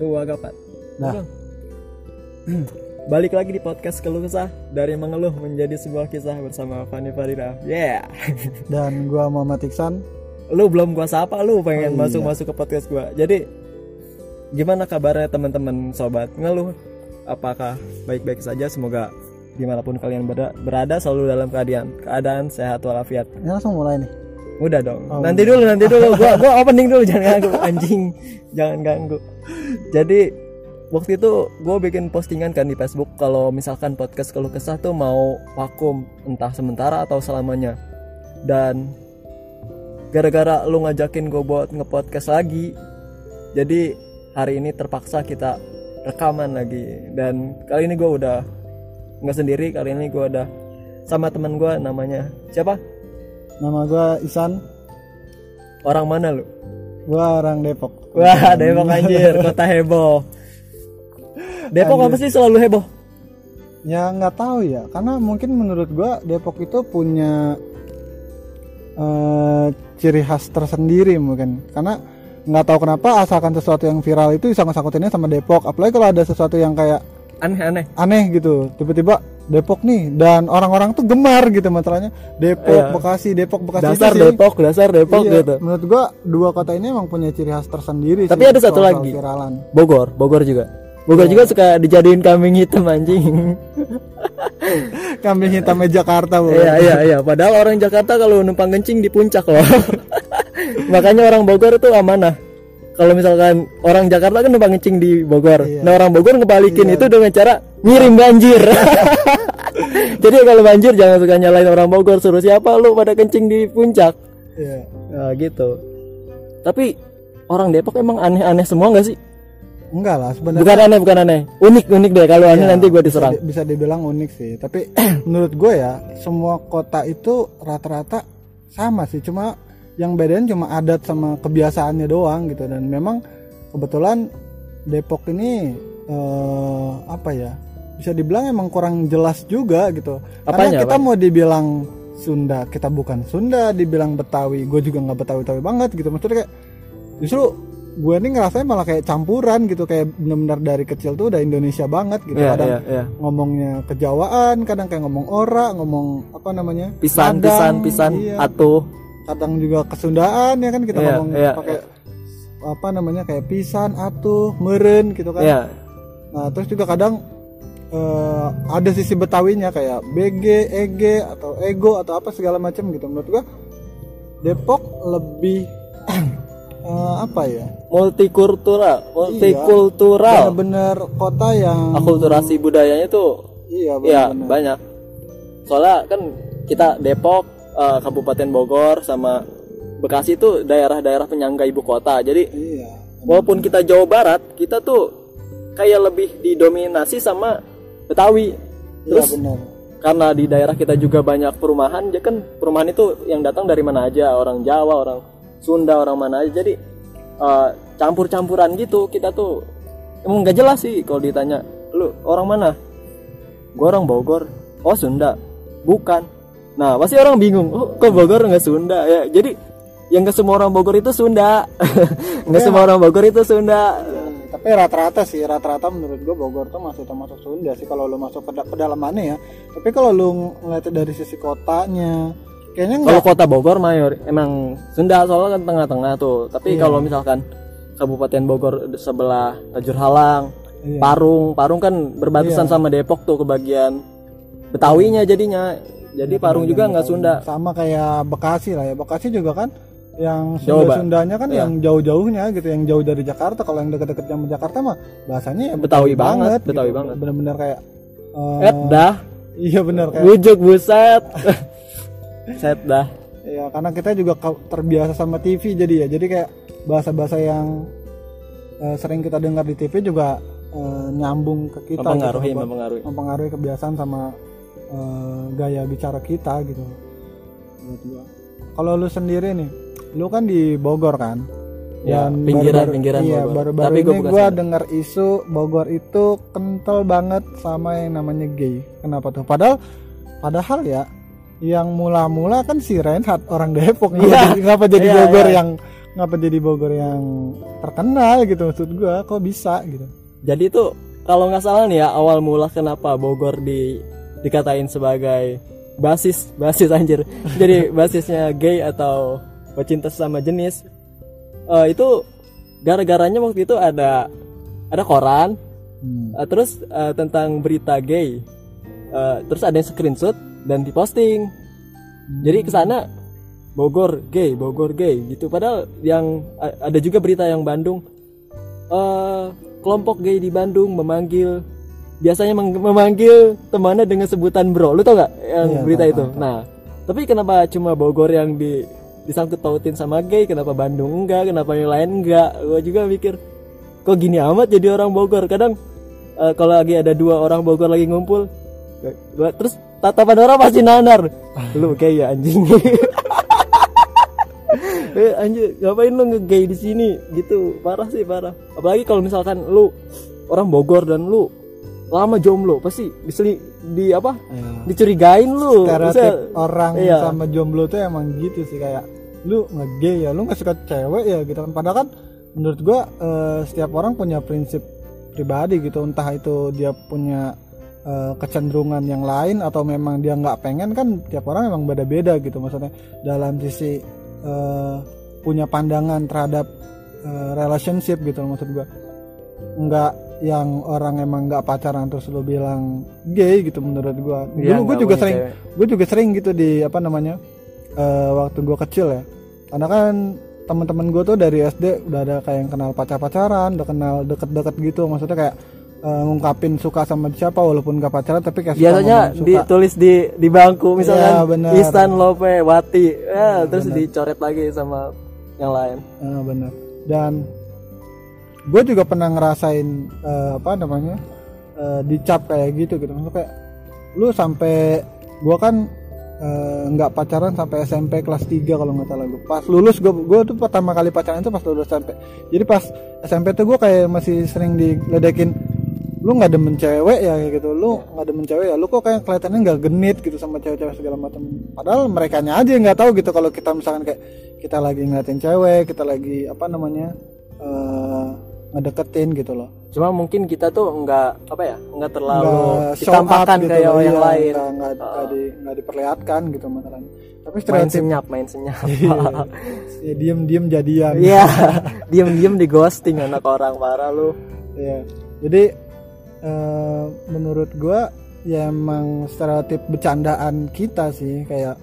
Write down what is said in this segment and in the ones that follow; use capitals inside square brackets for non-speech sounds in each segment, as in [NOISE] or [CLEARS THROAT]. gua Gapat. Nah. Iya. Balik lagi di podcast Keluh Kesah dari mengeluh menjadi sebuah kisah bersama Fani Farida. Yeah. [LAUGHS] Dan gua Muhammad Iksan. lu belum gua sapa lu pengen Oh, iya. masuk-masuk ke podcast gua. Jadi gimana kabarnya teman-teman sobat ngeluh? Apakah baik-baik saja? Semoga dimanapun kalian berada, berada selalu dalam keadaan keadaan sehat walafiat. Ini langsung mulai nih. Udah dong. Oh, nanti dulu, nanti dulu. Gua gua opening dulu jangan ganggu anjing. Jangan ganggu. Jadi waktu itu gue bikin postingan kan di Facebook kalau misalkan podcast keluh kesah tuh mau vakum entah sementara atau selamanya. Dan gara-gara lu ngajakin gue buat ngepodcast lagi, jadi hari ini terpaksa kita rekaman lagi. Dan kali ini gue udah nggak sendiri, kali ini gue udah sama teman gue namanya siapa? Nama gua Isan. Orang mana lu? Gua orang Depok. Wah, Depok anjir, kota heboh. Depok apa sih selalu heboh? Ya nggak tahu ya, karena mungkin menurut gua Depok itu punya eh, ciri khas tersendiri mungkin. Karena nggak tahu kenapa asalkan sesuatu yang viral itu bisa sangkutinnya sama Depok. Apalagi kalau ada sesuatu yang kayak Aneh-aneh. aneh gitu tiba-tiba Depok nih dan orang-orang tuh gemar gitu masalahnya Depok Bekasi Depok Bekasi itu Iya. Dasar sih- Depok, dasar Depok iya, gitu. menurut gua dua kota ini emang punya ciri khas tersendiri Tapi sih, ada satu soal-soal lagi. viralan. Bogor, Bogor juga. Bogor juga suka dijadiin kambing hitam anjing. kambing [LAUGHS] hitamnya Jakarta Bu. Iya, iya, iya. Padahal orang Jakarta kalau numpang kencing di puncak loh. [LAUGHS] Makanya orang Bogor tuh amanah. Kalau misalkan orang Jakarta kan numpang kencing di Bogor. Iya. Nah, orang Bogor ngebalikin itu dengan cara ngirim banjir. [LAUGHS] Jadi kalau banjir jangan suka nyalain orang Bogor suruh siapa lu pada kencing di puncak. Iya. Nah, gitu. Tapi orang Depok emang aneh-aneh semua nggak sih? enggak lah sebenarnya Bukan aneh, bukan aneh. Unik-unik deh kalau Iya. aneh nanti gua diserang. bisa, di- bisa dibilang unik sih tapi [CLEARS THROAT] menurut gue ya semua kota itu rata-rata sama sih cuma yang bedain cuma adat sama kebiasaannya doang gitu dan memang kebetulan Depok ini eh, apa ya bisa dibilang emang kurang jelas juga gitu Apanya, karena kita mau dibilang Sunda kita bukan Sunda dibilang Betawi gue juga nggak Betawi-Betawi banget gitu maksudnya kayak justru gue nih ngerasanya malah kayak campuran gitu kayak benar-benar dari kecil tuh udah Indonesia banget gitu Iya, kadang iya, iya. ngomongnya kejawaan kadang kayak ngomong ora ngomong apa namanya Pisan, pisan, Padang, pisan, iya. atuh. kadang juga kesundaan ya kan kita Iya, ngomong iya, pakai apa namanya kayak pisan atuh meren gitu kan Iya, nah terus juga kadang eh, ada sisi betawinya kayak bg eg atau ego atau apa segala macam gitu menurut gua Depok lebih [CLEARS THROAT] eh, apa ya multikultural, multikultural, bener-bener kota yang akulturasi budayanya tuh iya ya bener-bener. banyak. Soalnya kan kita Depok, eh, Kabupaten Bogor sama Bekasi itu daerah-daerah penyangga ibu kota. Jadi iya walaupun kita Jawa Barat, kita tuh kayak lebih didominasi sama Betawi. iya Terus bener karena di daerah kita juga banyak perumahan, ya kan perumahan itu yang datang dari mana aja, orang Jawa, orang Sunda, orang mana aja. Jadi eh, campur-campuran gitu kita tuh emang nggak jelas sih kalau ditanya, lu orang mana? Gue orang Bogor. Oh Sunda? Bukan. Nah pasti orang bingung, oh, kok Bogor nggak Sunda ya? Jadi yang nggak semua orang Bogor itu Sunda, [LAUGHS] nggak semua orang Bogor itu Sunda. Hmm, tapi rata-rata sih rata-rata menurut gue Bogor tuh masih termasuk Sunda sih kalau lu masuk ke da- pedalamannya ya tapi kalau lu ngeliatnya dari sisi kotanya kayaknya Kalau enggak kota Bogor mayor emang Sunda soalnya kan tengah-tengah tuh. Iya. Tapi kalau misalkan Kabupaten Bogor di sebelah Tajur Halang, Iya. Parung, Parung kan berbatasan sama Depok tuh ke bagian Betawinya jadinya. Iya, Jadi Parung juga nggak Sunda. sama kayak Bekasi lah ya Bekasi juga kan yang Jawa Barat. Sunda-Sundanya kan Iya. yang jauh-jauhnya gitu yang jauh dari Jakarta kalau yang deket-deket sama Jakarta mah bahasanya ya Betawi banget, gitu. Betawi banget. bener-bener kayak eh, Eh dah, iya bener kayak bujuk buset. [LAUGHS] Set dah. Ya, karena kita juga ke- terbiasa sama TV jadi ya. Jadi kayak bahasa-bahasa yang eh, sering kita dengar di TV juga eh, nyambung ke kita Mempengaruhi, gitu, mempengaruhi. mempengaruhi. kebiasaan sama eh, gaya bicara kita gitu. Menurut gua. Kalau lu sendiri nih, lu kan di Bogor kan? Ya, Dan pinggiran- baru-baru- pinggiran iya, Bogor. baru-baru Tapi gua ini bukan gua Sunda. dengar isu Bogor itu kental banget sama yang namanya gay. Kenapa tuh? Padahal padahal ya yang mula-mula kan si Reinhardt orang Depok Iya. [LAUGHS] kenapa jadi Iya, Bogor iya. yang ngapa jadi Bogor yang terkenal gitu maksud gua kok bisa gitu Jadi itu kalau nggak salah nih ya awal mula kenapa Bogor di dikatain sebagai basis basis anjir. Jadi basisnya gay atau pecinta sesama jenis Eh, itu gara-garanya waktu itu ada ada koran Hmm. eh, terus eh, tentang berita gay Eh, terus ada yang screenshot dan diposting jadi ke sana Bogor gay, Bogor gay gitu. Padahal yang a- ada juga berita yang Bandung eh kelompok gay di Bandung memanggil biasanya meng- memanggil temannya dengan sebutan bro. Lu tau nggak yang Iya, berita tau, itu? tau, tau. Nah, tapi kenapa cuma Bogor yang di disangkut pautin sama gay? Kenapa Bandung enggak? Kenapa yang lain enggak? Gua juga mikir kok gini amat jadi orang Bogor. Kadang eh, kalau lagi ada dua orang Bogor lagi ngumpul, eh, gua- terus tatapan orang pasti nanar. Lu kayak ya anjing. [LAUGHS] eh anjir ngapain lu nge-gay di sini gitu parah sih parah apalagi kalau misalkan lu orang Bogor dan lu lama jomblo pasti diseli di apa Ya. dicurigain lu stereotip Bisa- orang iya. sama jomblo tuh emang gitu sih kayak lu nggak gay ya lu nggak suka cewek ya gitu kan padahal kan menurut gua eh, setiap orang punya prinsip pribadi gitu entah itu dia punya eh, kecenderungan yang lain atau memang dia nggak pengen kan tiap orang emang beda-beda gitu maksudnya dalam sisi eh, punya pandangan terhadap eh, relationship gitu loh maksud gua nggak yang orang emang nggak pacaran terus lu bilang gay gitu menurut gua dulu Iya, gua nggak juga punya sering cewek. gue juga sering gitu di apa namanya eh, waktu gue kecil ya karena kan teman-teman gue tuh dari SD udah ada kayak yang kenal pacar-pacaran udah kenal deket-deket gitu maksudnya kayak eh, ngungkapin suka sama siapa walaupun gak pacaran tapi kayak suka biasanya ngomong suka. ditulis di di bangku Iya, misalkan benar. Iya, Istan Lope Wati ya, terus dicoret lagi sama yang lain Ah, benar. Dan gue juga pernah ngerasain eh, apa namanya eh, dicap kayak gitu gitu. Maksudnya kayak lu sampai gue kan eh, nggak pacaran sampai SMP kelas 3 kalau nggak salah gue. Pas lulus gue gue tuh pertama kali pacaran itu pas lulus SMP. Jadi pas SMP tuh gue kayak masih sering diledekin lu nggak demen cewek ya kayak gitu lu Iya. nggak demen cewek ya lu kok kayak kelihatannya nggak genit gitu sama cewek-cewek segala macam padahal mereka aja yang nggak tahu gitu kalau kita misalkan kayak kita lagi ngeliatin cewek kita lagi apa namanya eh ngedeketin gitu loh cuma mungkin kita tuh nggak apa ya nggak terlalu nggak show up ditampakkan gitu kayak loh, yang iya, lain Oh. nggak nggak- nggak di- nggak diperlihatkan gitu masalahnya tapi main [LAUGHS] stereotip Iya, senyap main senyap [LAUGHS] ya, diem diem jadian Iya, [LAUGHS] diem-diem di ghosting anak orang parah lu. Iya. Jadi eh, menurut gua ya emang stereotip bercandaan kita sih kayak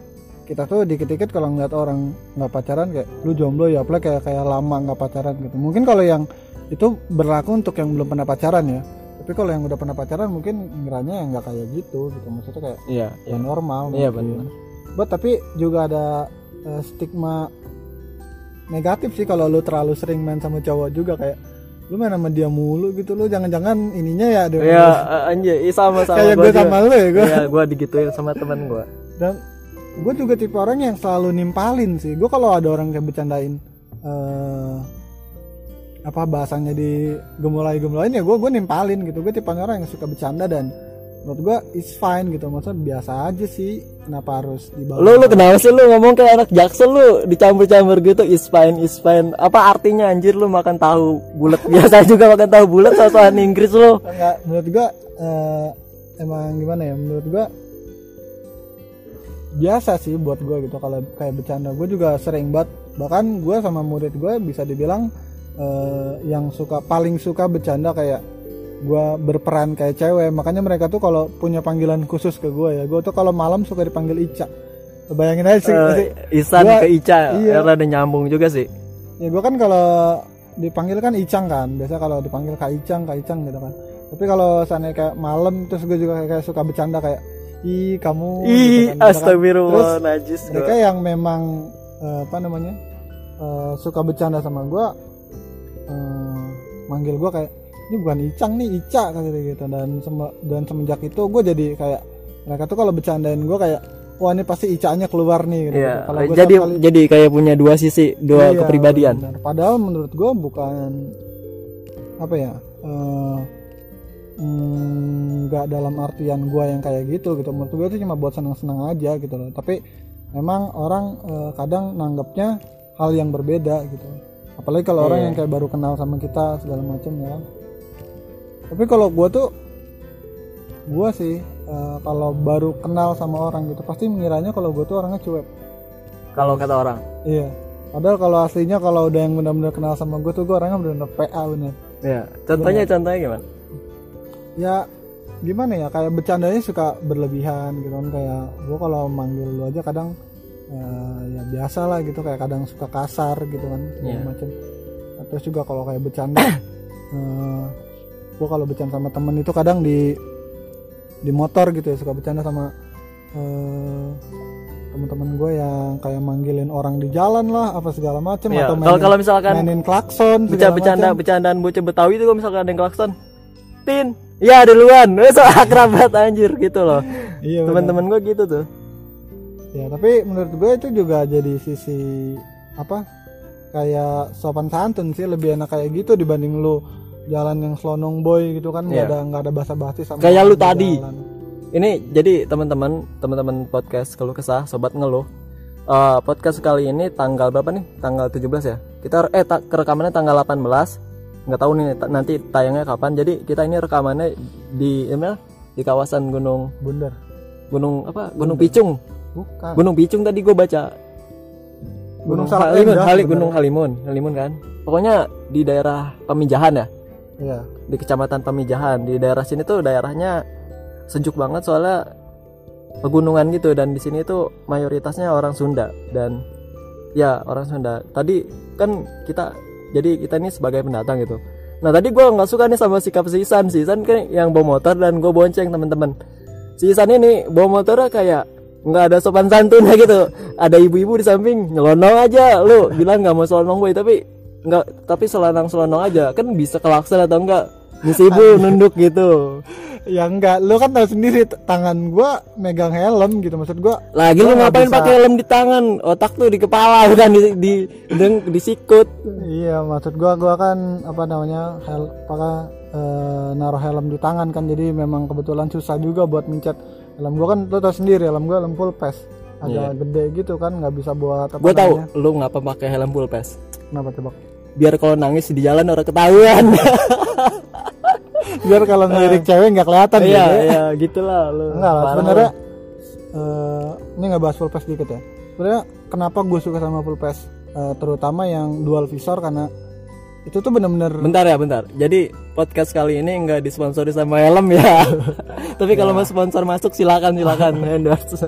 kita tuh dikit-dikit kalau ngeliat orang nggak pacaran kayak lu jomblo ya apalagi kayak kayak lama nggak pacaran gitu. Mungkin kalau yang itu berlaku untuk yang belum pernah pacaran ya. Tapi kalau yang udah pernah pacaran mungkin ngiranya yang nggak kayak gitu gitu. Maksudnya kayak Iya, ya normal. Iya, benar. mungkin. But, tapi juga ada eh, stigma negatif sih kalau lu terlalu sering main sama cowok juga kayak lu main sama dia mulu gitu lu jangan-jangan ininya ya dia Iya, anjir, iya sama sama kayak gue sama lu ya gue Iya, gua digituin sama temen gua. dan gue juga tipe orang yang selalu nimpalin sih gue kalau ada orang yang bercandain eh apa bahasanya di gemulai gemulain ya gue gue nimpalin gitu gue tipe orang yang suka bercanda dan menurut gue it's fine gitu maksudnya biasa aja sih kenapa harus dibawa Lu lu kenapa sih lu ngomong kayak anak jaksel lu dicampur-campur gitu is fine is fine. Apa artinya anjir lu makan tahu bulat [LAUGHS] biasa juga makan tahu bulat sosokan Inggris lu. Enggak, menurut gua eh, emang gimana ya? Menurut gua biasa sih buat gua gitu kalau kayak bercanda. Gua juga sering banget bahkan gua sama murid gua bisa dibilang eh, yang suka paling suka bercanda kayak gua berperan kayak cewek. Makanya mereka tuh kalau punya panggilan khusus ke gua ya. Gua tuh kalau malam suka dipanggil Ica. Bayangin aja Eh, sih. sih. [LAUGHS] Isan Gua- ke Ica iya. karena ada nyambung juga sih. ya gue kan kalau dipanggil kan Icang kan biasa kalau dipanggil Kak Icang Kak Icang gitu kan tapi kalau sana kayak malam terus gue juga kayak, kayak suka bercanda kayak ih kamu gitu Ih, kan, gitu kan. astagfirullah najis gua. mereka yang memang eh, apa namanya eh, suka bercanda sama gue eh, manggil gue kayak ini bukan Icang nih Ica kayak gitu, gitu. dan seme- dan semenjak itu gue jadi kayak mereka tuh kalau bercandain gue kayak wah ini pasti Icanya keluar nih gitu. Iya, kalau gua jadi setiap kali- jadi kayak punya dua sisi, dua Iya, kepribadian. benar. Padahal menurut gue bukan apa ya eh, mm, nggak dalam artian gue yang kayak gitu gitu. Menurut gue itu cuma buat senang-senang aja gitu loh. Tapi memang orang eh, kadang nanggapnya hal yang berbeda gitu apalagi kalau Iya. orang yang kayak baru kenal sama kita segala macam ya tapi kalau gua tuh gua sih eh, kalau baru kenal sama orang gitu pasti mengiranya kalau gua tuh orangnya cuek kalau kata orang iya padahal kalau aslinya kalau udah yang benar-benar kenal sama gua tuh gua orangnya benar-benar PA bener ya contohnya contohnya gimana ya gimana ya kayak bercandanya suka berlebihan gitu kan kayak gua kalau manggil lu aja kadang eh, ya biasa lah gitu kayak kadang suka kasar gitu kan segala Iya. macam Nah, terus juga kalau kayak bercanda [COUGHS] eh, gua kalau bercanda sama temen itu kadang di di motor gitu ya suka bercanda sama eh, teman-teman gue yang kayak manggilin orang di jalan lah apa segala macem ya atau kalau mainin, kalau misalkan mainin klakson Beca segala bercanda macem. bercandaan bocah Betawi itu kalau misalkan ada yang klakson. Tin. Ya duluan. [LAUGHS] Wes akrabat anjir gitu loh. Iya, benar. Teman-teman gua gitu tuh. Ya, tapi menurut gue itu juga jadi sisi apa? Kayak sopan santun sih lebih enak kayak gitu dibanding lu jalan yang slonong boy gitu kan nggak Iya. ada nggak ada basa-basi sama Kayak orang lu di tadi. jalan. Ini jadi teman-teman, teman-teman podcast keluh kesah sobat ngeluh. Eh, podcast kali ini tanggal berapa nih? Tanggal 17 ya. Kita eh ta- kerekamannya tanggal 18. Nggak tahu nih ta- nanti tayangnya kapan. Jadi kita ini rekamannya di email di kawasan Gunung Bundar. Gunung apa? Gunung Picung. Bukan. Gunung Picung tadi gue baca Gunung Gunung Salak Halimun, Endah Hali, sebenarnya. Gunung Halimun, Halimun kan. Pokoknya di daerah Pemijahan ya, Iya. di kecamatan Pemijahan. Di daerah sini tuh daerahnya sejuk banget soalnya pegunungan gitu dan di sini tuh mayoritasnya orang Sunda dan ya orang Sunda. Tadi kan kita jadi kita ini sebagai pendatang gitu. Nah tadi gue nggak suka nih sama sikap si Isan. Si Isan kan yang bawa motor dan gue bonceng teman-teman. Si Isan ini bawa motornya kayak nggak ada sopan santunnya [LAUGHS] gitu. Ada ibu-ibu di samping nyelonong aja. Lu bilang nggak mau selonong boy tapi nggak tapi selanang selonong aja kan bisa kelaksan atau enggak Miss [LAUGHS] ibu nunduk gitu Ya enggak, lu kan tahu sendiri t- tangan gua megang helm gitu maksud gua. Lagi gua lu nggak ngapain bisa- pakai helm di tangan Otak tuh di kepala [LAUGHS] bukan di, di, deng- di sikut Iya, maksud gua gua kan apa namanya? Hel apa eh, naruh helm di tangan kan jadi memang kebetulan susah juga buat mencet helm gua kan lu tahu sendiri helm gua helm full pass Iya. agak gede gitu kan nggak bisa buat apa Gue namanya. tahu lu ngapa pakai helm full pass kenapa tebak Biar kalau nangis di jalan orang ketahuan [LAUGHS] biar kalau ngelirik cewek nggak kelihatan Eh. gitu Iya ya. iya gitulah lu Enggak lah, Parah sebenarnya lu. eh, ini nggak bahas full pass dikit ya. Sebenarnya kenapa gue suka sama full pass, eh, terutama yang dual visor karena itu tuh bener-bener Bentar ya bentar Jadi podcast kali ini nggak disponsori sama helm ya [LAUGHS] Tapi kalau mau sponsor masuk silakan silakan [LAUGHS] endorse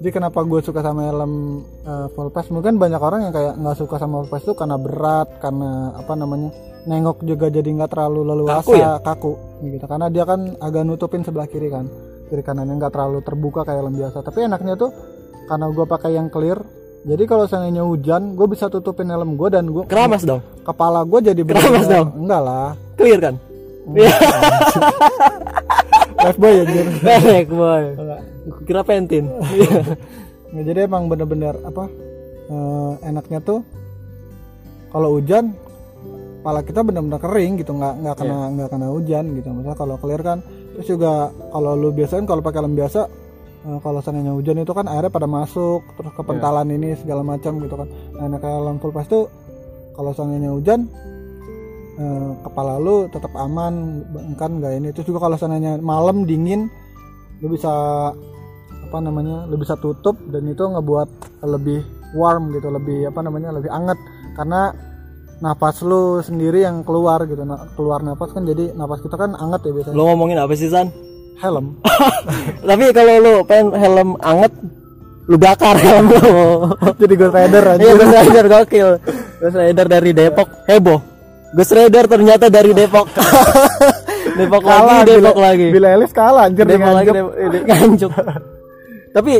Jadi kenapa gue suka sama helm eh, full pass? Mungkin banyak orang yang kayak nggak suka sama full pass tuh karena berat, karena apa namanya nengok juga jadi nggak terlalu leluasa, Kaku ya? kaku, gitu. Karena dia kan agak nutupin sebelah kiri kan, kiri kanannya nggak terlalu terbuka kayak helm biasa. Tapi enaknya tuh karena gue pakai yang clear, jadi kalau seandainya hujan, gue bisa tutupin helm gue dan gue Keramas dong kepala gue jadi Keramas bener-bener- dong? Enggak lah, [LAUGHS] Clear kan life boy ya anjir. Pendek boy Enggak. Gua Kira pentin [LAUGHS] Nah, jadi emang bener-bener apa eh, enaknya tuh kalau hujan kepala kita bener-bener kering gitu nggak nggak kena nggak kena hujan gitu misalnya kalau clear kan terus juga kalau lu biasain kalau pakai helm biasa eh, kalau seandainya hujan itu kan airnya pada masuk terus kepentalan ini segala macam gitu kan nah enak helm full pass tuh kalau seandainya hujan eh, kepala lu tetap aman kan nggak ini terus juga kalau seandainya malam dingin lu bisa apa namanya lu bisa tutup dan itu ngebuat lebih warm gitu lebih apa namanya lebih anget karena napas lu sendiri yang keluar gitu Nah, keluar napas kan jadi napas kita kan anget ya biasanya Lu ngomongin apa sih San? [LAUGHS] helm Tapi kalau lu pengen helm anget Lu bakar [LAUGHS] helm lu jadi gue rider Iya aja Ghost Rider gokil Ghost Rider dari Depok Heboh Ghost Rider ternyata dari Depok [LAUGHS] Iya, Depok kalah lagi Depok Billie- lagi Billie Eilish kalah anjir Depok dengan lagi Jep. Depok eh, Dep- [LAUGHS] nganjuk Tapi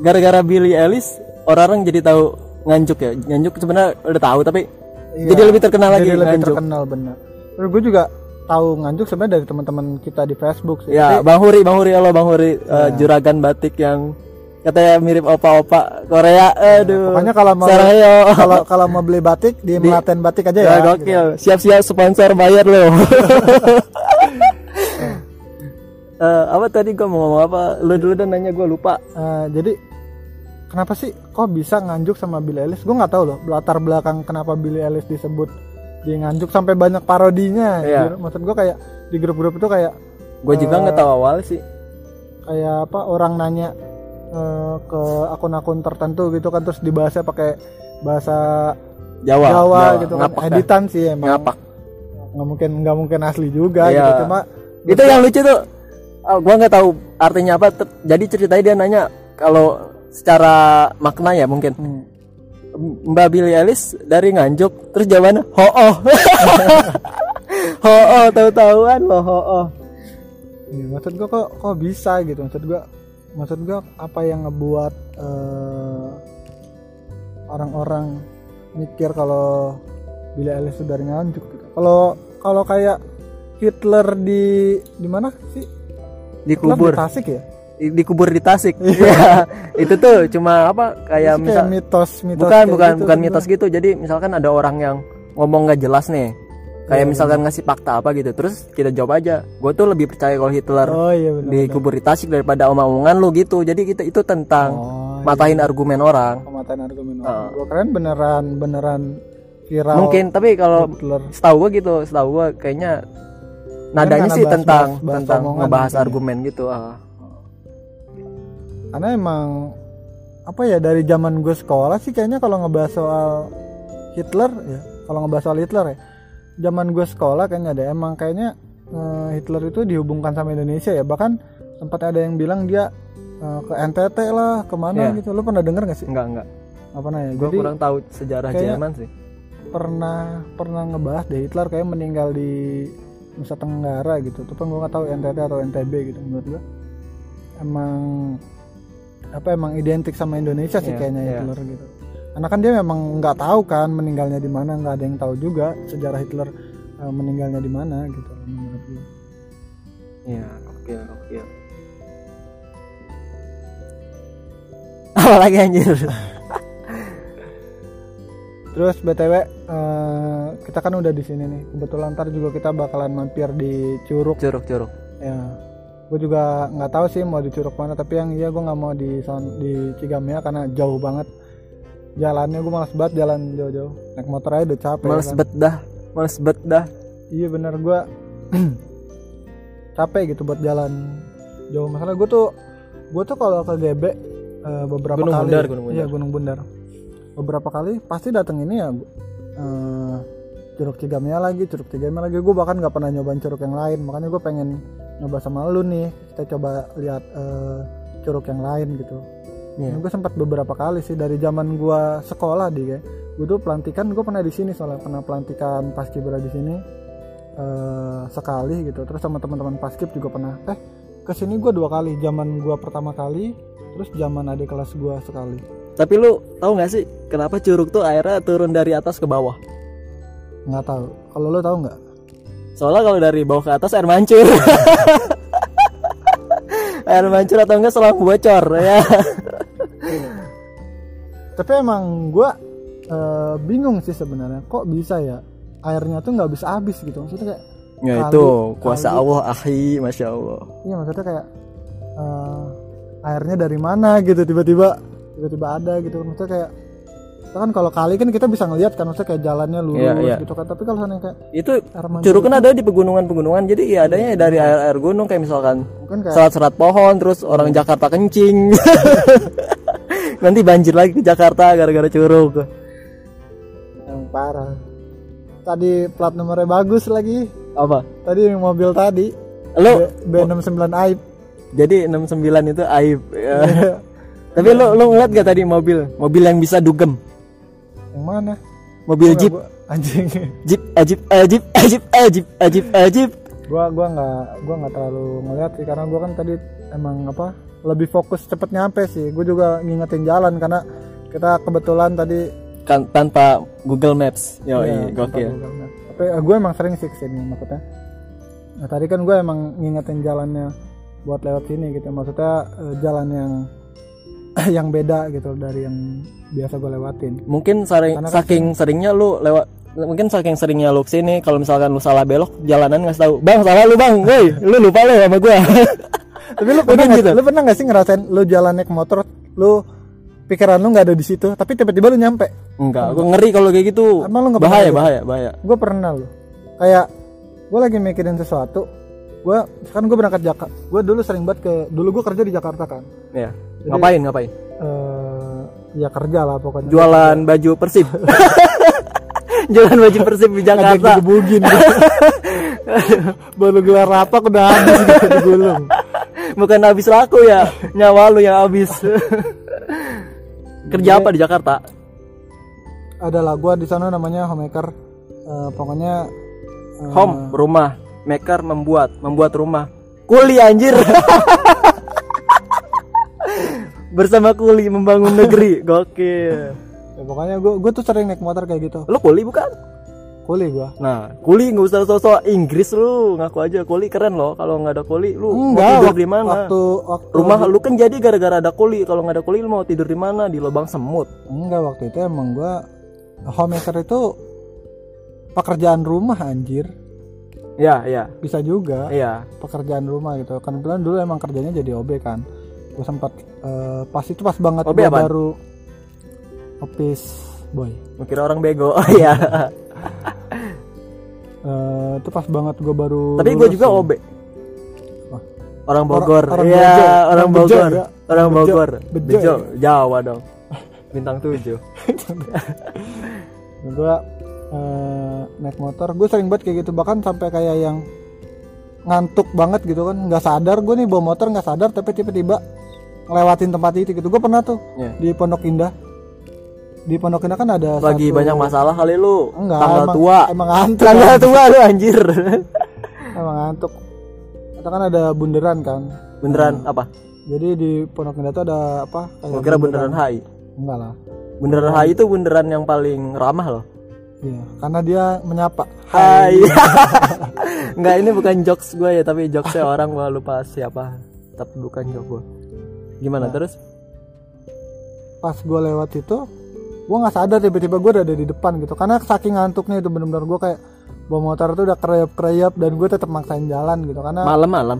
gara-gara Billy Ellis Orang-orang jadi tahu nganjuk ya Nganjuk sebenarnya udah tahu tapi Iya, Jadi lebih terkenal lagi jadi lebih nganjuk terkenal bener terus gue juga tahu nganjuk sebenarnya dari teman-teman kita di Facebook sih Ya, Bang Huri, Bang Huri, halo Bang Huri, Eh, Iya. juragan batik yang katanya mirip opa-opa Korea. Aduh. Iya, pokoknya kalau mau Saraheyo. kalau kalau mau beli batik di, Melaten Batik aja ya, Ya, gokil. Siap-siap sponsor bayar lo. [LAUGHS] [LAUGHS] Eh, apa tadi gua mau ngomong apa? Lu dulu dan nanya gua lupa. Eh, jadi kenapa sih kok bisa nganjuk sama Billie Eilish gue nggak tahu loh latar belakang kenapa Billie Eilish disebut di nganjuk sampai banyak parodinya Iya. Di- maksud gue kayak di grup-grup itu kayak gue juga Eh, nggak tahu awal sih kayak apa orang nanya eh, ke akun-akun tertentu gitu kan terus dibahasnya pakai bahasa Jawa Jawa, gitu kan iya, ngapak dah. editan sih emang ngapak nggak mungkin nggak mungkin asli juga Iya. gitu cuma itu ya. yang lucu tuh ah, gua nggak tahu artinya apa tet- jadi ceritanya dia nanya kalau secara makna ya mungkin Hmm. Mbak Billie Eilish dari Nganjuk terus jawabannya ho [LAUGHS] oh ho oh tahu-tahuan loh ho oh Iya, maksud gua kok kok bisa gitu maksud gua maksud gua apa yang ngebuat eh, orang-orang mikir kalau bila Eilish sudah nganjuk gitu. Kalau kalau kayak Hitler di di mana sih? Hitler dikubur di Tasik ya? Di- dikubur di Tasik [LAUGHS] Iya. itu tuh cuma apa Terus kayak Ya, misal mitos mitos bukan bukan bukan mitos gitu jadi misalkan ada orang yang ngomong nggak jelas nih kayak misalkan ngasih fakta apa gitu terus kita jawab aja gue tuh lebih percaya kalau Hitler Oh iya benar. dikubur di Tasik daripada omong-omongan lu gitu jadi kita itu tentang Oh, iya, matahin argumen orang pemataan argumen orang. Gua keren beneran beneran viral Ah. mungkin tapi kalau Hitler. setahu gue gitu setahu gue kayaknya nadanya karena sih bahas- tentang Kan bahas- bahas tentang omongan ngebahas mungkin ya. argumen gitu ah. karena emang apa ya dari zaman gue sekolah sih kayaknya kalau ngebahas soal Hitler ya kalau ngebahas soal Hitler ya zaman gue sekolah kayaknya ada emang kayaknya eh, Hitler itu dihubungkan sama Indonesia ya bahkan sempat ada yang bilang dia eh, ke NTT lah kemana Iya. gitu lo pernah denger gak sih enggak enggak apa namanya gue jadi kurang tahu sejarah kayaknya- Jerman sih pernah pernah ngebahas deh Hitler kayak meninggal di Nusa Tenggara gitu tuh kan gue nggak tahu NTT atau NTB gitu menurut gue emang apa emang identik sama Indonesia sih Iya, kayaknya iya. Hitler gitu karena kan dia memang nggak tahu kan meninggalnya di mana nggak ada yang tahu juga sejarah Hitler eh, meninggalnya di mana gitu menurut gue iya oke oke [LAUGHS] apa lagi anjir Terus BTW eh, kita kan udah di sini nih. Kebetulan ntar juga kita bakalan mampir di Curug. curug curug Ya. Gue juga nggak tahu sih mau di Curug mana, tapi yang iya gue nggak mau di San- di Cigamea karena jauh banget. Jalannya gue malas banget jalan jauh-jauh. Naik motor aja udah capek. males kan. bet dah males bet dah Iya bener gue [CLEARS THROAT] capek gitu buat jalan jauh. Masalah gue tuh gue tuh kalau ke GB eh, beberapa Gunung kali. Bundar, Gunung Bundar. Iya Gunung Bundar. Beberapa kali pasti datang ini ya eh, Curug Cigamea lagi, Curug Cigamea lagi. Gue bahkan nggak pernah nyobain curug yang lain. Makanya gue pengen nyoba sama lu nih. Kita coba lihat eh, curug yang lain gitu. Iya. Gue sempat beberapa kali sih dari zaman gue sekolah di kayak. Gue tuh pelantikan gue pernah di sini soalnya pernah pelantikan paskibra di sini eh, sekali gitu. Terus sama teman-teman paskib juga pernah. Eh kesini gue dua kali. Zaman gue pertama kali, terus zaman adik kelas gue sekali. tapi lu tahu nggak sih kenapa curug tuh airnya turun dari atas ke bawah Nggak tahu. Kalau lo tahu nggak? Soalnya kalau dari bawah ke atas air mancur. [LAUGHS] air mancur atau enggak selang bocor ya. tapi emang gue bingung sih sebenarnya kok bisa ya airnya tuh nggak bisa habis gitu maksudnya kayak Ya Kali- itu kuasa kali- Allah ahi masya Allah. iya maksudnya kayak eh, airnya dari mana gitu tiba-tiba tiba-tiba ada gitu maksudnya kayak kita kan kalau kali kan kita bisa ngelihat kan maksudnya kayak jalannya lurus Iya, iya. gitu kan tapi kalau sana kayak Itu air mancur curug kan ada di pegunungan-pegunungan. Jadi ya adanya dari air air gunung kayak misalkan mungkin kayak serat-serat pohon terus orang Jakarta kencing. [LAUGHS] Nanti banjir lagi ke Jakarta gara-gara curug. yang parah tadi plat nomornya bagus lagi Apa? tadi yang mobil tadi Lu B 69 aib jadi 69 itu aib. Ya. Tapi lu lu ngeliat gak tadi mobil? Mobil yang bisa dugem. yang mana Mobil jeep. Gua- anjing [LAUGHS] Ajib, ajib, eh, ajib, ajib, ajib, ajib, ajib. gua gua nggak gua nggak terlalu ngeliat sih karena gua kan tadi emang apa lebih fokus cepet nyampe sih gue juga ngingetin jalan karena kita kebetulan tadi Kan tanpa Google Maps. Yo, ya, iya, tempat gokil. Google Maps. tapi gue emang sering sih kesini maksudnya nah tadi kan gue emang ngingetin jalannya buat lewat sini gitu maksudnya eh, jalan yang [COUGHS] yang beda gitu dari yang biasa gue lewatin Mungkin saring, Karena kan saking seringnya lu lewat mungkin saking seringnya lu kesini kalau misalkan lu salah belok jalanan nggak tahu bang salah lu bang woi lu lupa lu ya sama gua [LAUGHS] tapi lu pernah Mungkin nggak gitu. lu pernah nggak sih ngerasain lu jalan naik motor lu pikiran lu nggak ada di situ tapi tiba-tiba lu nyampe Enggak, gue ngeri kalau kayak gitu. Emang lu nggak pernah bahaya, gitu? bahaya, bahaya. gue pernah loh kayak gue lagi mikirin sesuatu gue kan gue berangkat Jakarta gue dulu sering banget ke dulu gue kerja di Jakarta kan Ya. Ngapain, ngapain? eh ya kerja lah pokoknya Jualan baju Persib. [LAUGHS] Jualan baju Persib di ngajak Jakarta. digebugin [LAUGHS] baru gelar rapak udah habis gitu, digulung Bukan habis laku ya, nyawa lu yang [LAUGHS] habis. Kerja apa di Jakarta? adalah gue di sana namanya homemaker Eh, pokoknya eh, Home, rumah, maker membuat, membuat rumah. Kuli anjir. [LAUGHS] Bersama kuli membangun negeri, [LAUGHS] gokil. ya pokoknya gue gue tuh sering naik motor kayak gitu Lu kuli bukan? kuli gue Nah, kuli nggak usah sosok Inggris lu, ngaku aja kuli keren loh. Kalau nggak ada kuli, lu mau tidur wak- di mana? waktu waktu Rumah lu kan jadi gara-gara ada kuli. Kalau nggak ada kuli, lu mau tidur di mana? Di lubang semut. enggak waktu itu emang gue homemaker itu pekerjaan rumah anjir Ya, ya, bisa juga iya. pekerjaan rumah gitu kan kebetulan dulu emang kerjanya jadi OB kan gue sempat eh, pas itu pas banget OB gue apaan? baru office boy Gua kira orang bego. [LAUGHS] Iya. Eh, itu pas banget gue baru Tapi gue lulus juga sih. OB. Wah. Orang Bogor. Orang- orang Iya, Bogor. orang Orang Bejo, Bogor. ya. Orang Bejo. Bogor. Bejo, Bejo. ya. Jawa [LAUGHS] dong. Bintang 7. gue eh, naik motor gue sering banget kayak gitu bahkan sampai kayak yang ngantuk banget gitu kan nggak sadar gue nih bawa motor nggak sadar tapi tiba-tiba ngelewatin tempat itu gitu gue pernah tuh Iya. di Pondok Indah di Pondok Indah kan ada Lagi satu- banyak masalah kali lu. Enggak, Tanggal emang- tua. emang ngantuk kan? Tanggal tua lu [LAUGHS] anjir. emang ngantuk itu kan ada bunderan kan Beneran apa? jadi di Pondok Indah tuh ada apa kayak Gue kira bundaran HI. enggak lah Bundaran HI itu bundaran yang paling ramah loh. iya karena dia menyapa [LAUGHS] Hai. Enggak ini bukan jokes gue ya, tapi [LAUGHS] jokesnya orang gue lupa siapa. Tapi bukan joke gue. Nah. Gimana terus? pas gue lewat itu gue nggak sadar tiba-tiba gue udah ada di depan gitu karena saking ngantuknya itu bener-bener gue kayak bawa motor tuh udah kereyap-kereyap dan gue tetap maksain jalan gitu karena Malam-malam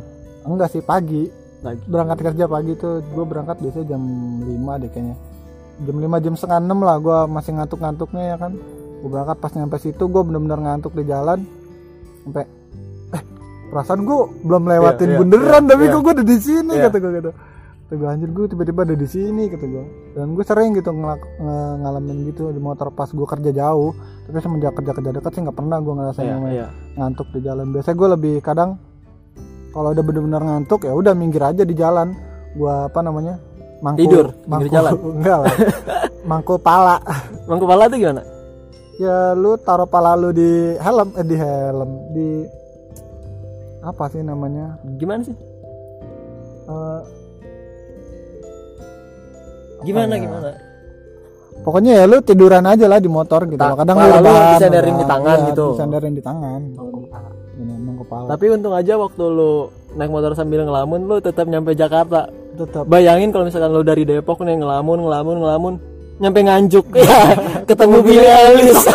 enggak sih pagi lagi. berangkat kerja pagi tuh gue berangkat biasanya jam 5 deh kayaknya jam 5 jam setengah 6 lah gue masih ngantuk-ngantuknya ya kan gue berangkat pas nyampe situ gue bener-bener ngantuk di jalan sampai eh perasaan gue belum lewatin Iya, iya, bunderan iya, tapi iya. kok gue ada di sini Iya. kata gue gitu kata gue anjir gue tiba-tiba ada di sini kata gue dan gue sering gitu ngelak- nge- ngalamin gitu di motor pas gue kerja jauh tapi semenjak kerja-kerja dekat sih nggak pernah gue Iya, ngerasain yang namanya iya. ngantuk di jalan biasanya gue lebih kadang kalau udah bener-bener ngantuk ya udah minggir aja di jalan gua apa namanya mangku Tidur, mangku pinggir jalan. [LAUGHS] enggak lah mangku pala Bang kepala tuh gimana? ya lu taruh pala lu di helm eh, di helm di apa sih namanya Gimana sih? Eh, Gimana ya? gimana? pokoknya ya lu tiduran aja lah di motor gitu Ta- loh. kadang pala lu rebahan, disandarin di rebahan. tangan Iya, gitu. Oh. disandarin di tangan ini mangku pala Tapi untung aja waktu lu naik motor sambil ngelamun lu tetap nyampe Jakarta. tetap [LAUGHS] Bayangin kalau misalkan lu dari Depok nih ngelamun, ngelamun, ngelamun nyampe [LAUGHS] nganjuk. Ya, ketemu Billy Eilish.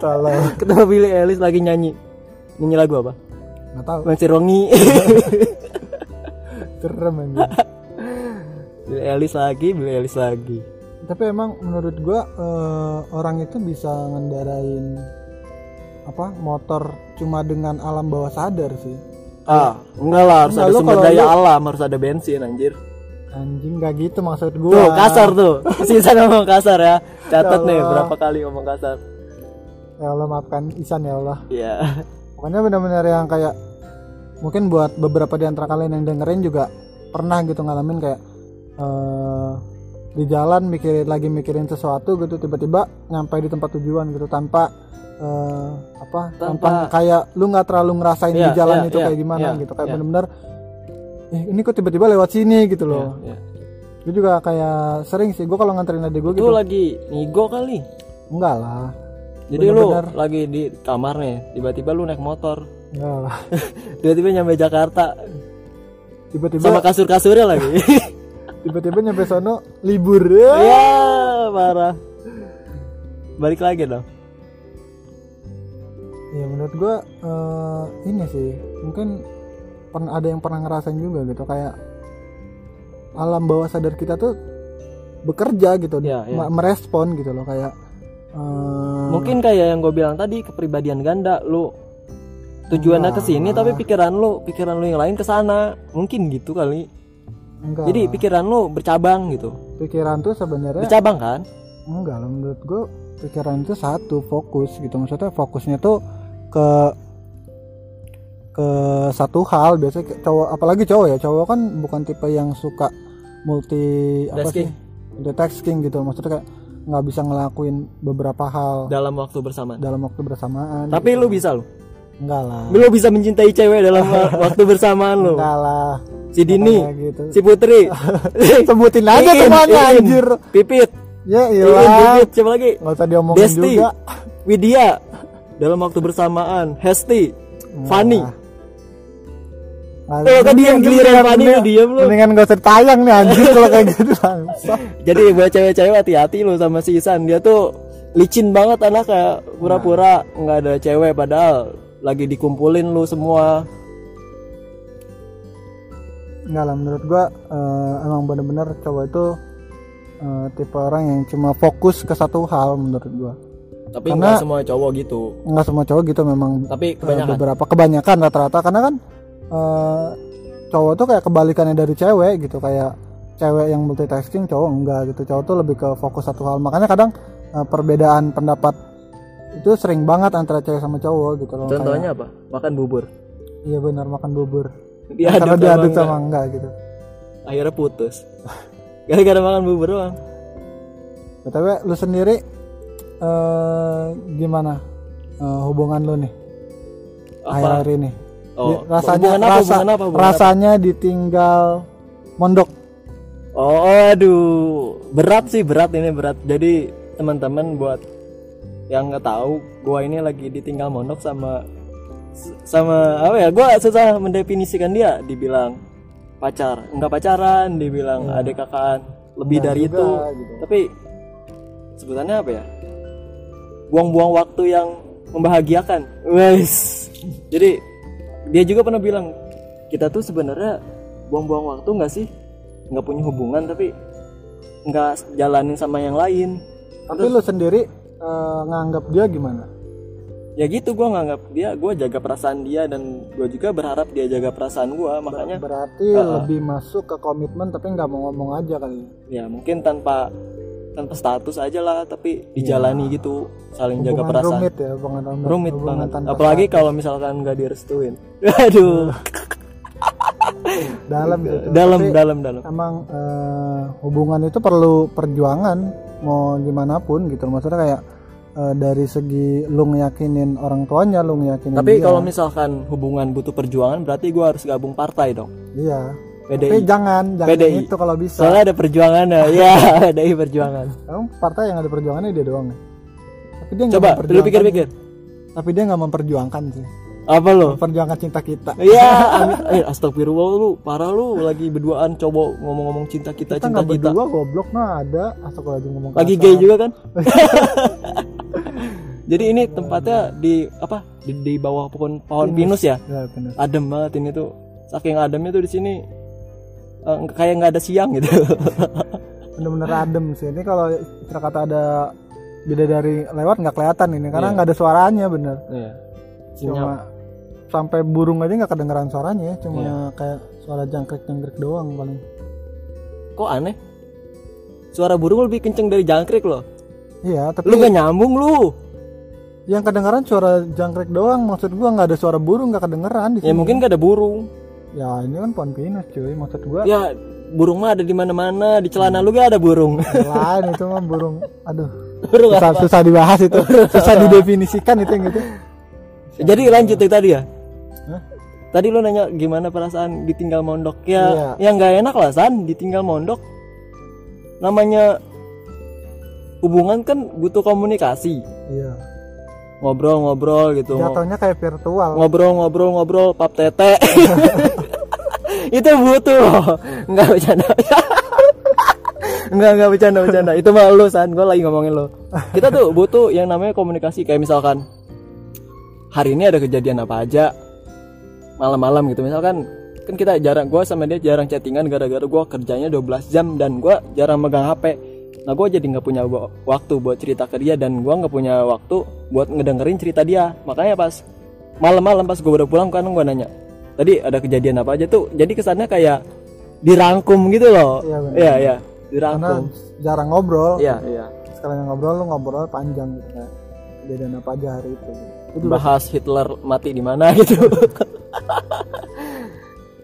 kalau [LAUGHS] ketemu Billy Eilish lagi nyanyi. Nyanyi lagu apa? nggak tahu Masih [LAUGHS] Rongi. serem anjir. Billy Eilish lagi, Billy Eilish lagi. tapi emang menurut gua eh, orang itu bisa ngendarain apa motor cuma dengan alam bawah sadar sih Ah, enggak lah, harus Enggak, ada lu sumber kalau daya lu- alam, harus ada bensin anjir. anjing gak gitu maksud gua Tuh, kasar tuh. [LAUGHS] Sisa ngomong kasar ya. Catat nih berapa kali ngomong kasar. ya Allah maafkan Isan ya Allah Iya. pokoknya benar-benar yang kayak mungkin buat beberapa di antara kalian yang dengerin juga pernah gitu ngalamin kayak eh di jalan mikirin lagi mikirin sesuatu gitu tiba-tiba nyampe di tempat tujuan gitu tanpa eh, apa tanpa, Tanpa- kayak lu nggak terlalu ngerasain di Iya, jalan iya, itu iya, kayak gimana iya, gitu kayak iya. benar-benar eh, ini kok tiba-tiba lewat sini gitu loh Iya. gue juga kayak sering sih gue kalau nganterin adik gue Lu gitu lagi ngigo kali. enggak lah Jadi Bener-bener. lu lagi di kamar nih, tiba-tiba lu naik motor. enggak lah Tiba-tiba nyampe Jakarta tiba-tiba sama kasur-kasurnya lagi. [LAUGHS] tiba-tiba nyampe sono libur ya Iya, parah. Balik lagi dong. ya menurut gua eh, ini sih mungkin pernah ada yang pernah ngerasain juga gitu kayak alam bawah sadar kita tuh bekerja gitu Iya, iya. ma- merespon gitu loh kayak eh, mungkin kayak yang gue bilang tadi kepribadian ganda lu tujuannya Enggak. ke sini tapi pikiran lu pikiran lu yang lain ke sana mungkin gitu kali enggak jadi lah. pikiran lu bercabang gitu pikiran tuh sebenarnya bercabang kan enggak lah menurut gue pikiran itu satu fokus gitu maksudnya fokusnya tuh ke ke satu hal biasanya ke- cowok apalagi cowok ya cowok kan bukan tipe yang suka multi apa sih Multitasking. multitasking gitu maksudnya kayak nggak bisa ngelakuin beberapa hal dalam waktu bersamaan dalam waktu bersamaan tapi gitu. lu bisa lu enggak lah lu bisa mencintai cewek [LAUGHS] dalam wa- waktu bersamaan lu enggak lah si Dini Katanya gitu. si [LAUGHS] Putri sebutin aja Iin, temannya Iin, anjir Pipit ya Iin, ilah Pipit siapa lagi nggak usah diomongin Desti juga Widya dalam waktu bersamaan Hesti Fani Nah, Eh, kan dia yang giliran Fani, lu diem lu. Mendingan gak usah tayang nih anjing kalau kayak gitu langsung. Jadi buat cewek-cewek hati-hati lo sama si Isan Dia tuh licin banget anaknya Pura-pura nggak ada cewek Padahal lagi dikumpulin lu semua Enggak lah menurut gua eh, emang bener-bener cowok itu eh, tipe orang yang cuma fokus ke satu hal menurut gua. Tapi Karena- nggak semua cowok gitu Enggak semua cowok gitu memang Tapi eh, kebanyakan beberapa kebanyakan rata-rata karena kan eh, cowok tuh kayak kebalikannya dari cewek gitu kayak cewek yang multitasking cowok enggak gitu cowok tuh lebih ke fokus satu hal makanya kadang eh, perbedaan pendapat itu sering banget antara cewek sama cowok gitu loh Kayak- Contohnya apa? Makan bubur Iya benar makan bubur. Diaduk Iya, Karena sama diaduk enggak. sama enggak gitu. Akhirnya putus [LAUGHS] Gara-gara makan bubur doang BTW lu sendiri eh gimana eh, hubungan lu nih Apa? akhir-akhir ini? Oh, Di- rasanya hubungan apa, rasa- hubungan apa, hubungan rasanya ditinggal mondok. Oh, aduh, berat sih berat ini berat. Jadi teman-teman buat yang nggak tahu, gua ini lagi ditinggal mondok sama sama apa ya? Gua susah mendefinisikan dia. Dibilang pacar, nggak pacaran, dibilang adik kakaan, lebih Enggak dari Hmm. juga, itu. gitu. Tapi sebutannya apa ya? Buang-buang waktu yang membahagiakan. Wes. Jadi dia juga pernah bilang kita tuh sebenarnya buang-buang waktu nggak sih? Nggak punya hubungan tapi nggak jalanin sama yang lain. Tapi lu sendiri eh, nganggap dia gimana? Ya gitu gue nganggap dia, gue jaga perasaan dia dan gue juga berharap dia jaga perasaan gue. Makanya eh, Berarti lebih masuk ke komitmen tapi nggak mau ngomong aja kali. ya mungkin tanpa tanpa status aja lah tapi dijalani gitu saling jaga Iya. Hubungan perasaan. rumit ya, hubungan rumit. rumit Hubungan banget tanpa apalagi kalau misalkan nggak direstuin [LAUGHS] aduh dalam gitu. [LAUGHS] dalam Tapi- dalam dalam emang eh, hubungan itu perlu perjuangan mau gimana pun gitu maksudnya kayak eh, dari segi lu ngeyakinin orang tuanya lu ngeyakinin tapi dia. kalau misalkan hubungan butuh perjuangan berarti gue harus gabung partai dong iya tapi PDI jangan jangan PDI. itu kalau bisa soalnya ada perjuangan [LAUGHS] ya PDI perjuangan emang partai yang ada perjuangannya dia doang ya? tapi dia nggak coba lu memperjuangkan- pikir-pikir tapi dia nggak memperjuangkan sih apa lo memperjuangkan cinta kita Iya, [LAUGHS] amit- eh, astagfirullah lu, parah lu lagi berduaan coba ngomong-ngomong cinta kita, kita cinta nggak kita. berdua goblok nah ada asal lagi ngomong Lagi kasar. gay juga kan? [LAUGHS] Jadi ini tempatnya di apa? Di, di bawah pohon pohon pinus ya. ya bener adem banget ini tuh saking ademnya tuh di sini eh, kayak nggak ada siang gitu bener-bener adem sih ini kalau kata ada beda dari lewat nggak kelihatan ini karena Iya. nggak ada suaranya bener Iya. sinyal cuma sampai burung aja nggak kedengeran suaranya cuma Iya. kayak suara jangkrik jangkrik doang paling kok aneh suara burung lebih kenceng dari jangkrik loh iya tapi lu gak nyambung lu yang kedengeran suara jangkrik doang maksud gua nggak ada suara burung nggak kedengeran di ya sini mungkin gak ada burung ya ini kan pohon pinus cuy maksud gua [LAUGHS] ya burung mah ada di mana-mana di celana lu gak ada burung [LAUGHS] lain itu mah burung aduh burung susah, apa? susah dibahas itu [LAUGHS] susah didefinisikan itu yang gitu jadi lanjut yang tadi ya Hah? tadi lu nanya gimana perasaan ditinggal mondok ya Iya. yang nggak enak lah san ditinggal mondok namanya hubungan kan butuh komunikasi iya ngobrol-ngobrol gitu Ngo- jatuhnya kayak virtual ngobrol-ngobrol-ngobrol pap tete [LAUGHS] itu butuh loh nggak bercanda [LAUGHS] nggak nggak bercanda bercanda itu mah lu san gue lagi ngomongin lo kita tuh butuh yang namanya komunikasi kayak misalkan hari ini ada kejadian apa aja malam-malam gitu misalkan kan kita jarang gue sama dia jarang chattingan gara-gara gue kerjanya 12 jam dan gue jarang megang hp nah gue jadi nggak punya wa- waktu buat cerita ke dia dan gue nggak punya waktu buat ngedengerin cerita dia makanya pas malam-malam pas gue baru pulang kan gue nanya tadi ada kejadian apa aja tuh jadi kesannya kayak dirangkum gitu loh Iya, benar. iya iya karena dirangkum jarang ngobrol iya iya sekarang yang ngobrol lu ngobrol panjang gitu kan kejadian apa aja hari itu itu juga bahas Hitler mati di mana [LAUGHS] gitu.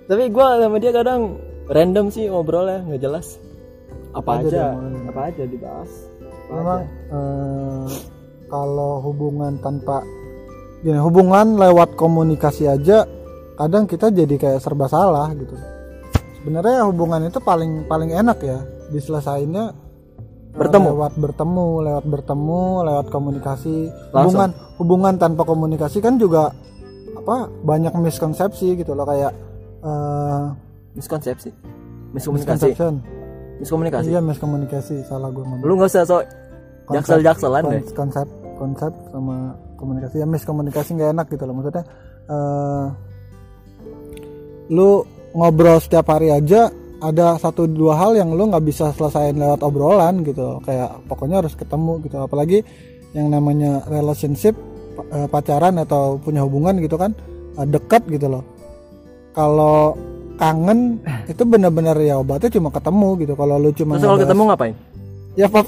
Tapi gue sama dia kadang random sih ngobrolnya nggak jelas. Apa, Apa aja aja, diomongan. apa aja dibahas. Apa memang aja. eh, kalau hubungan tanpa gini, hubungan lewat komunikasi aja kadang kita jadi kayak serba salah gitu sebenarnya hubungan itu paling paling enak ya diselesainnya eh, Bertemu. lewat bertemu lewat bertemu lewat komunikasi Langsung. hubungan hubungan tanpa komunikasi kan juga apa banyak miskonsepsi gitu loh kayak eh, miskonsepsi, miskomunikasi, miskomunikasi. iya miskomunikasi salah gue ngomong Lu nggak usah sok Konsep- jaksel-jakselan deh. kon- konsep konsep sama komunikasi ya miskomunikasi nggak enak gitu loh maksudnya eh, lu ngobrol setiap hari aja ada satu dua hal yang lu nggak bisa selesaiin lewat obrolan gitu kayak pokoknya harus ketemu gitu apalagi yang namanya relationship pa- eh, pacaran atau punya hubungan gitu kan eh, dekat gitu loh kalau [LAUGHS] kangen itu bener-bener ya obatnya cuma ketemu gitu kalau lu cuma Terus kalau ngebahas- ketemu ngapain? ya pap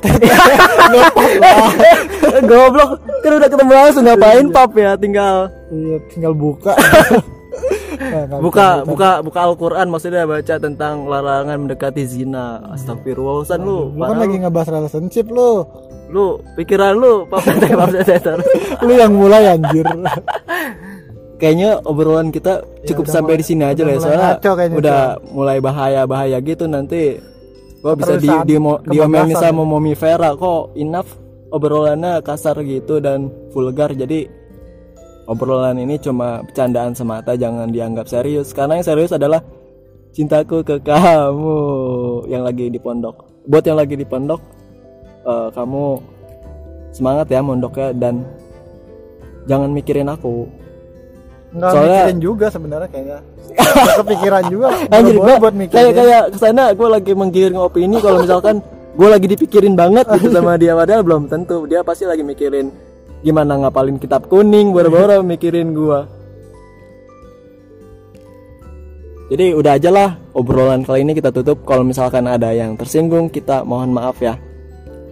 [LAUGHS] [LAUGHS] Goblok, kan udah ketemu langsung ngapain pap ya? Tinggal Iya, tinggal [LAUGHS] buka. Nah, nggak buka bisa buka. buka buka Al-Qur'an maksudnya baca tentang larangan mendekati zina. Astagfirullah, San, lu. Iya. Lu kan parah lagi ngebahas relationship lu. lu pikiran lu pap teteh pap teteh terus Lu yang mulai anjir. kayaknya obrolan kita cukup Iya, udah sampai mulai- di sini aja lah ya, udah mulai soalnya ngaco kayaknya udah mulai bahaya bahaya gitu nanti gua bisa di Keterusan, di mo- diomelin kebablasan. sama Momi Vera kok enough obrolannya kasar gitu dan vulgar jadi obrolan ini cuma bercandaan semata jangan dianggap serius karena yang serius adalah cintaku ke kamu yang lagi di pondok buat yang lagi di pondok eh, kamu semangat ya mondoknya dan jangan mikirin aku Enggak Soalnya- mikirin juga sebenarnya kayaknya. [LAUGHS] Nggak Kepikiran juga. Anjir, Nggak boleh Eh, gua buat kayak mikirin. kayak kesana gue lagi menggiring opini kalau misalkan gue lagi dipikirin banget gitu sama dia padahal belum tentu dia pasti lagi mikirin gimana ngapalin kitab kuning boro-boro mikirin gua jadi udah aja lah obrolan kali ini kita tutup kalau misalkan ada yang tersinggung kita mohon maaf ya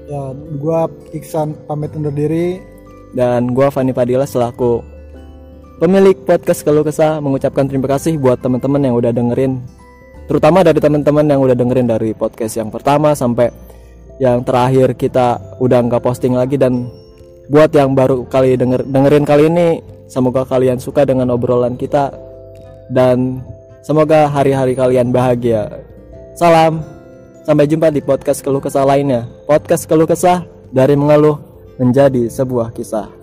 Ya, gua Iksan pamit undur diri. dan gua Fani Padilla selaku pemilik podcast Keluh Kesah mengucapkan terima kasih buat teman-teman yang udah dengerin terutama dari teman-teman yang udah dengerin dari podcast yang pertama sampai yang terakhir kita udah nggak posting lagi dan buat yang baru kali denger, dengerin kali ini semoga kalian suka dengan obrolan kita dan semoga hari-hari kalian bahagia salam sampai jumpa di podcast Keluh Kesah lainnya podcast Keluh Kesah dari mengeluh menjadi sebuah kisah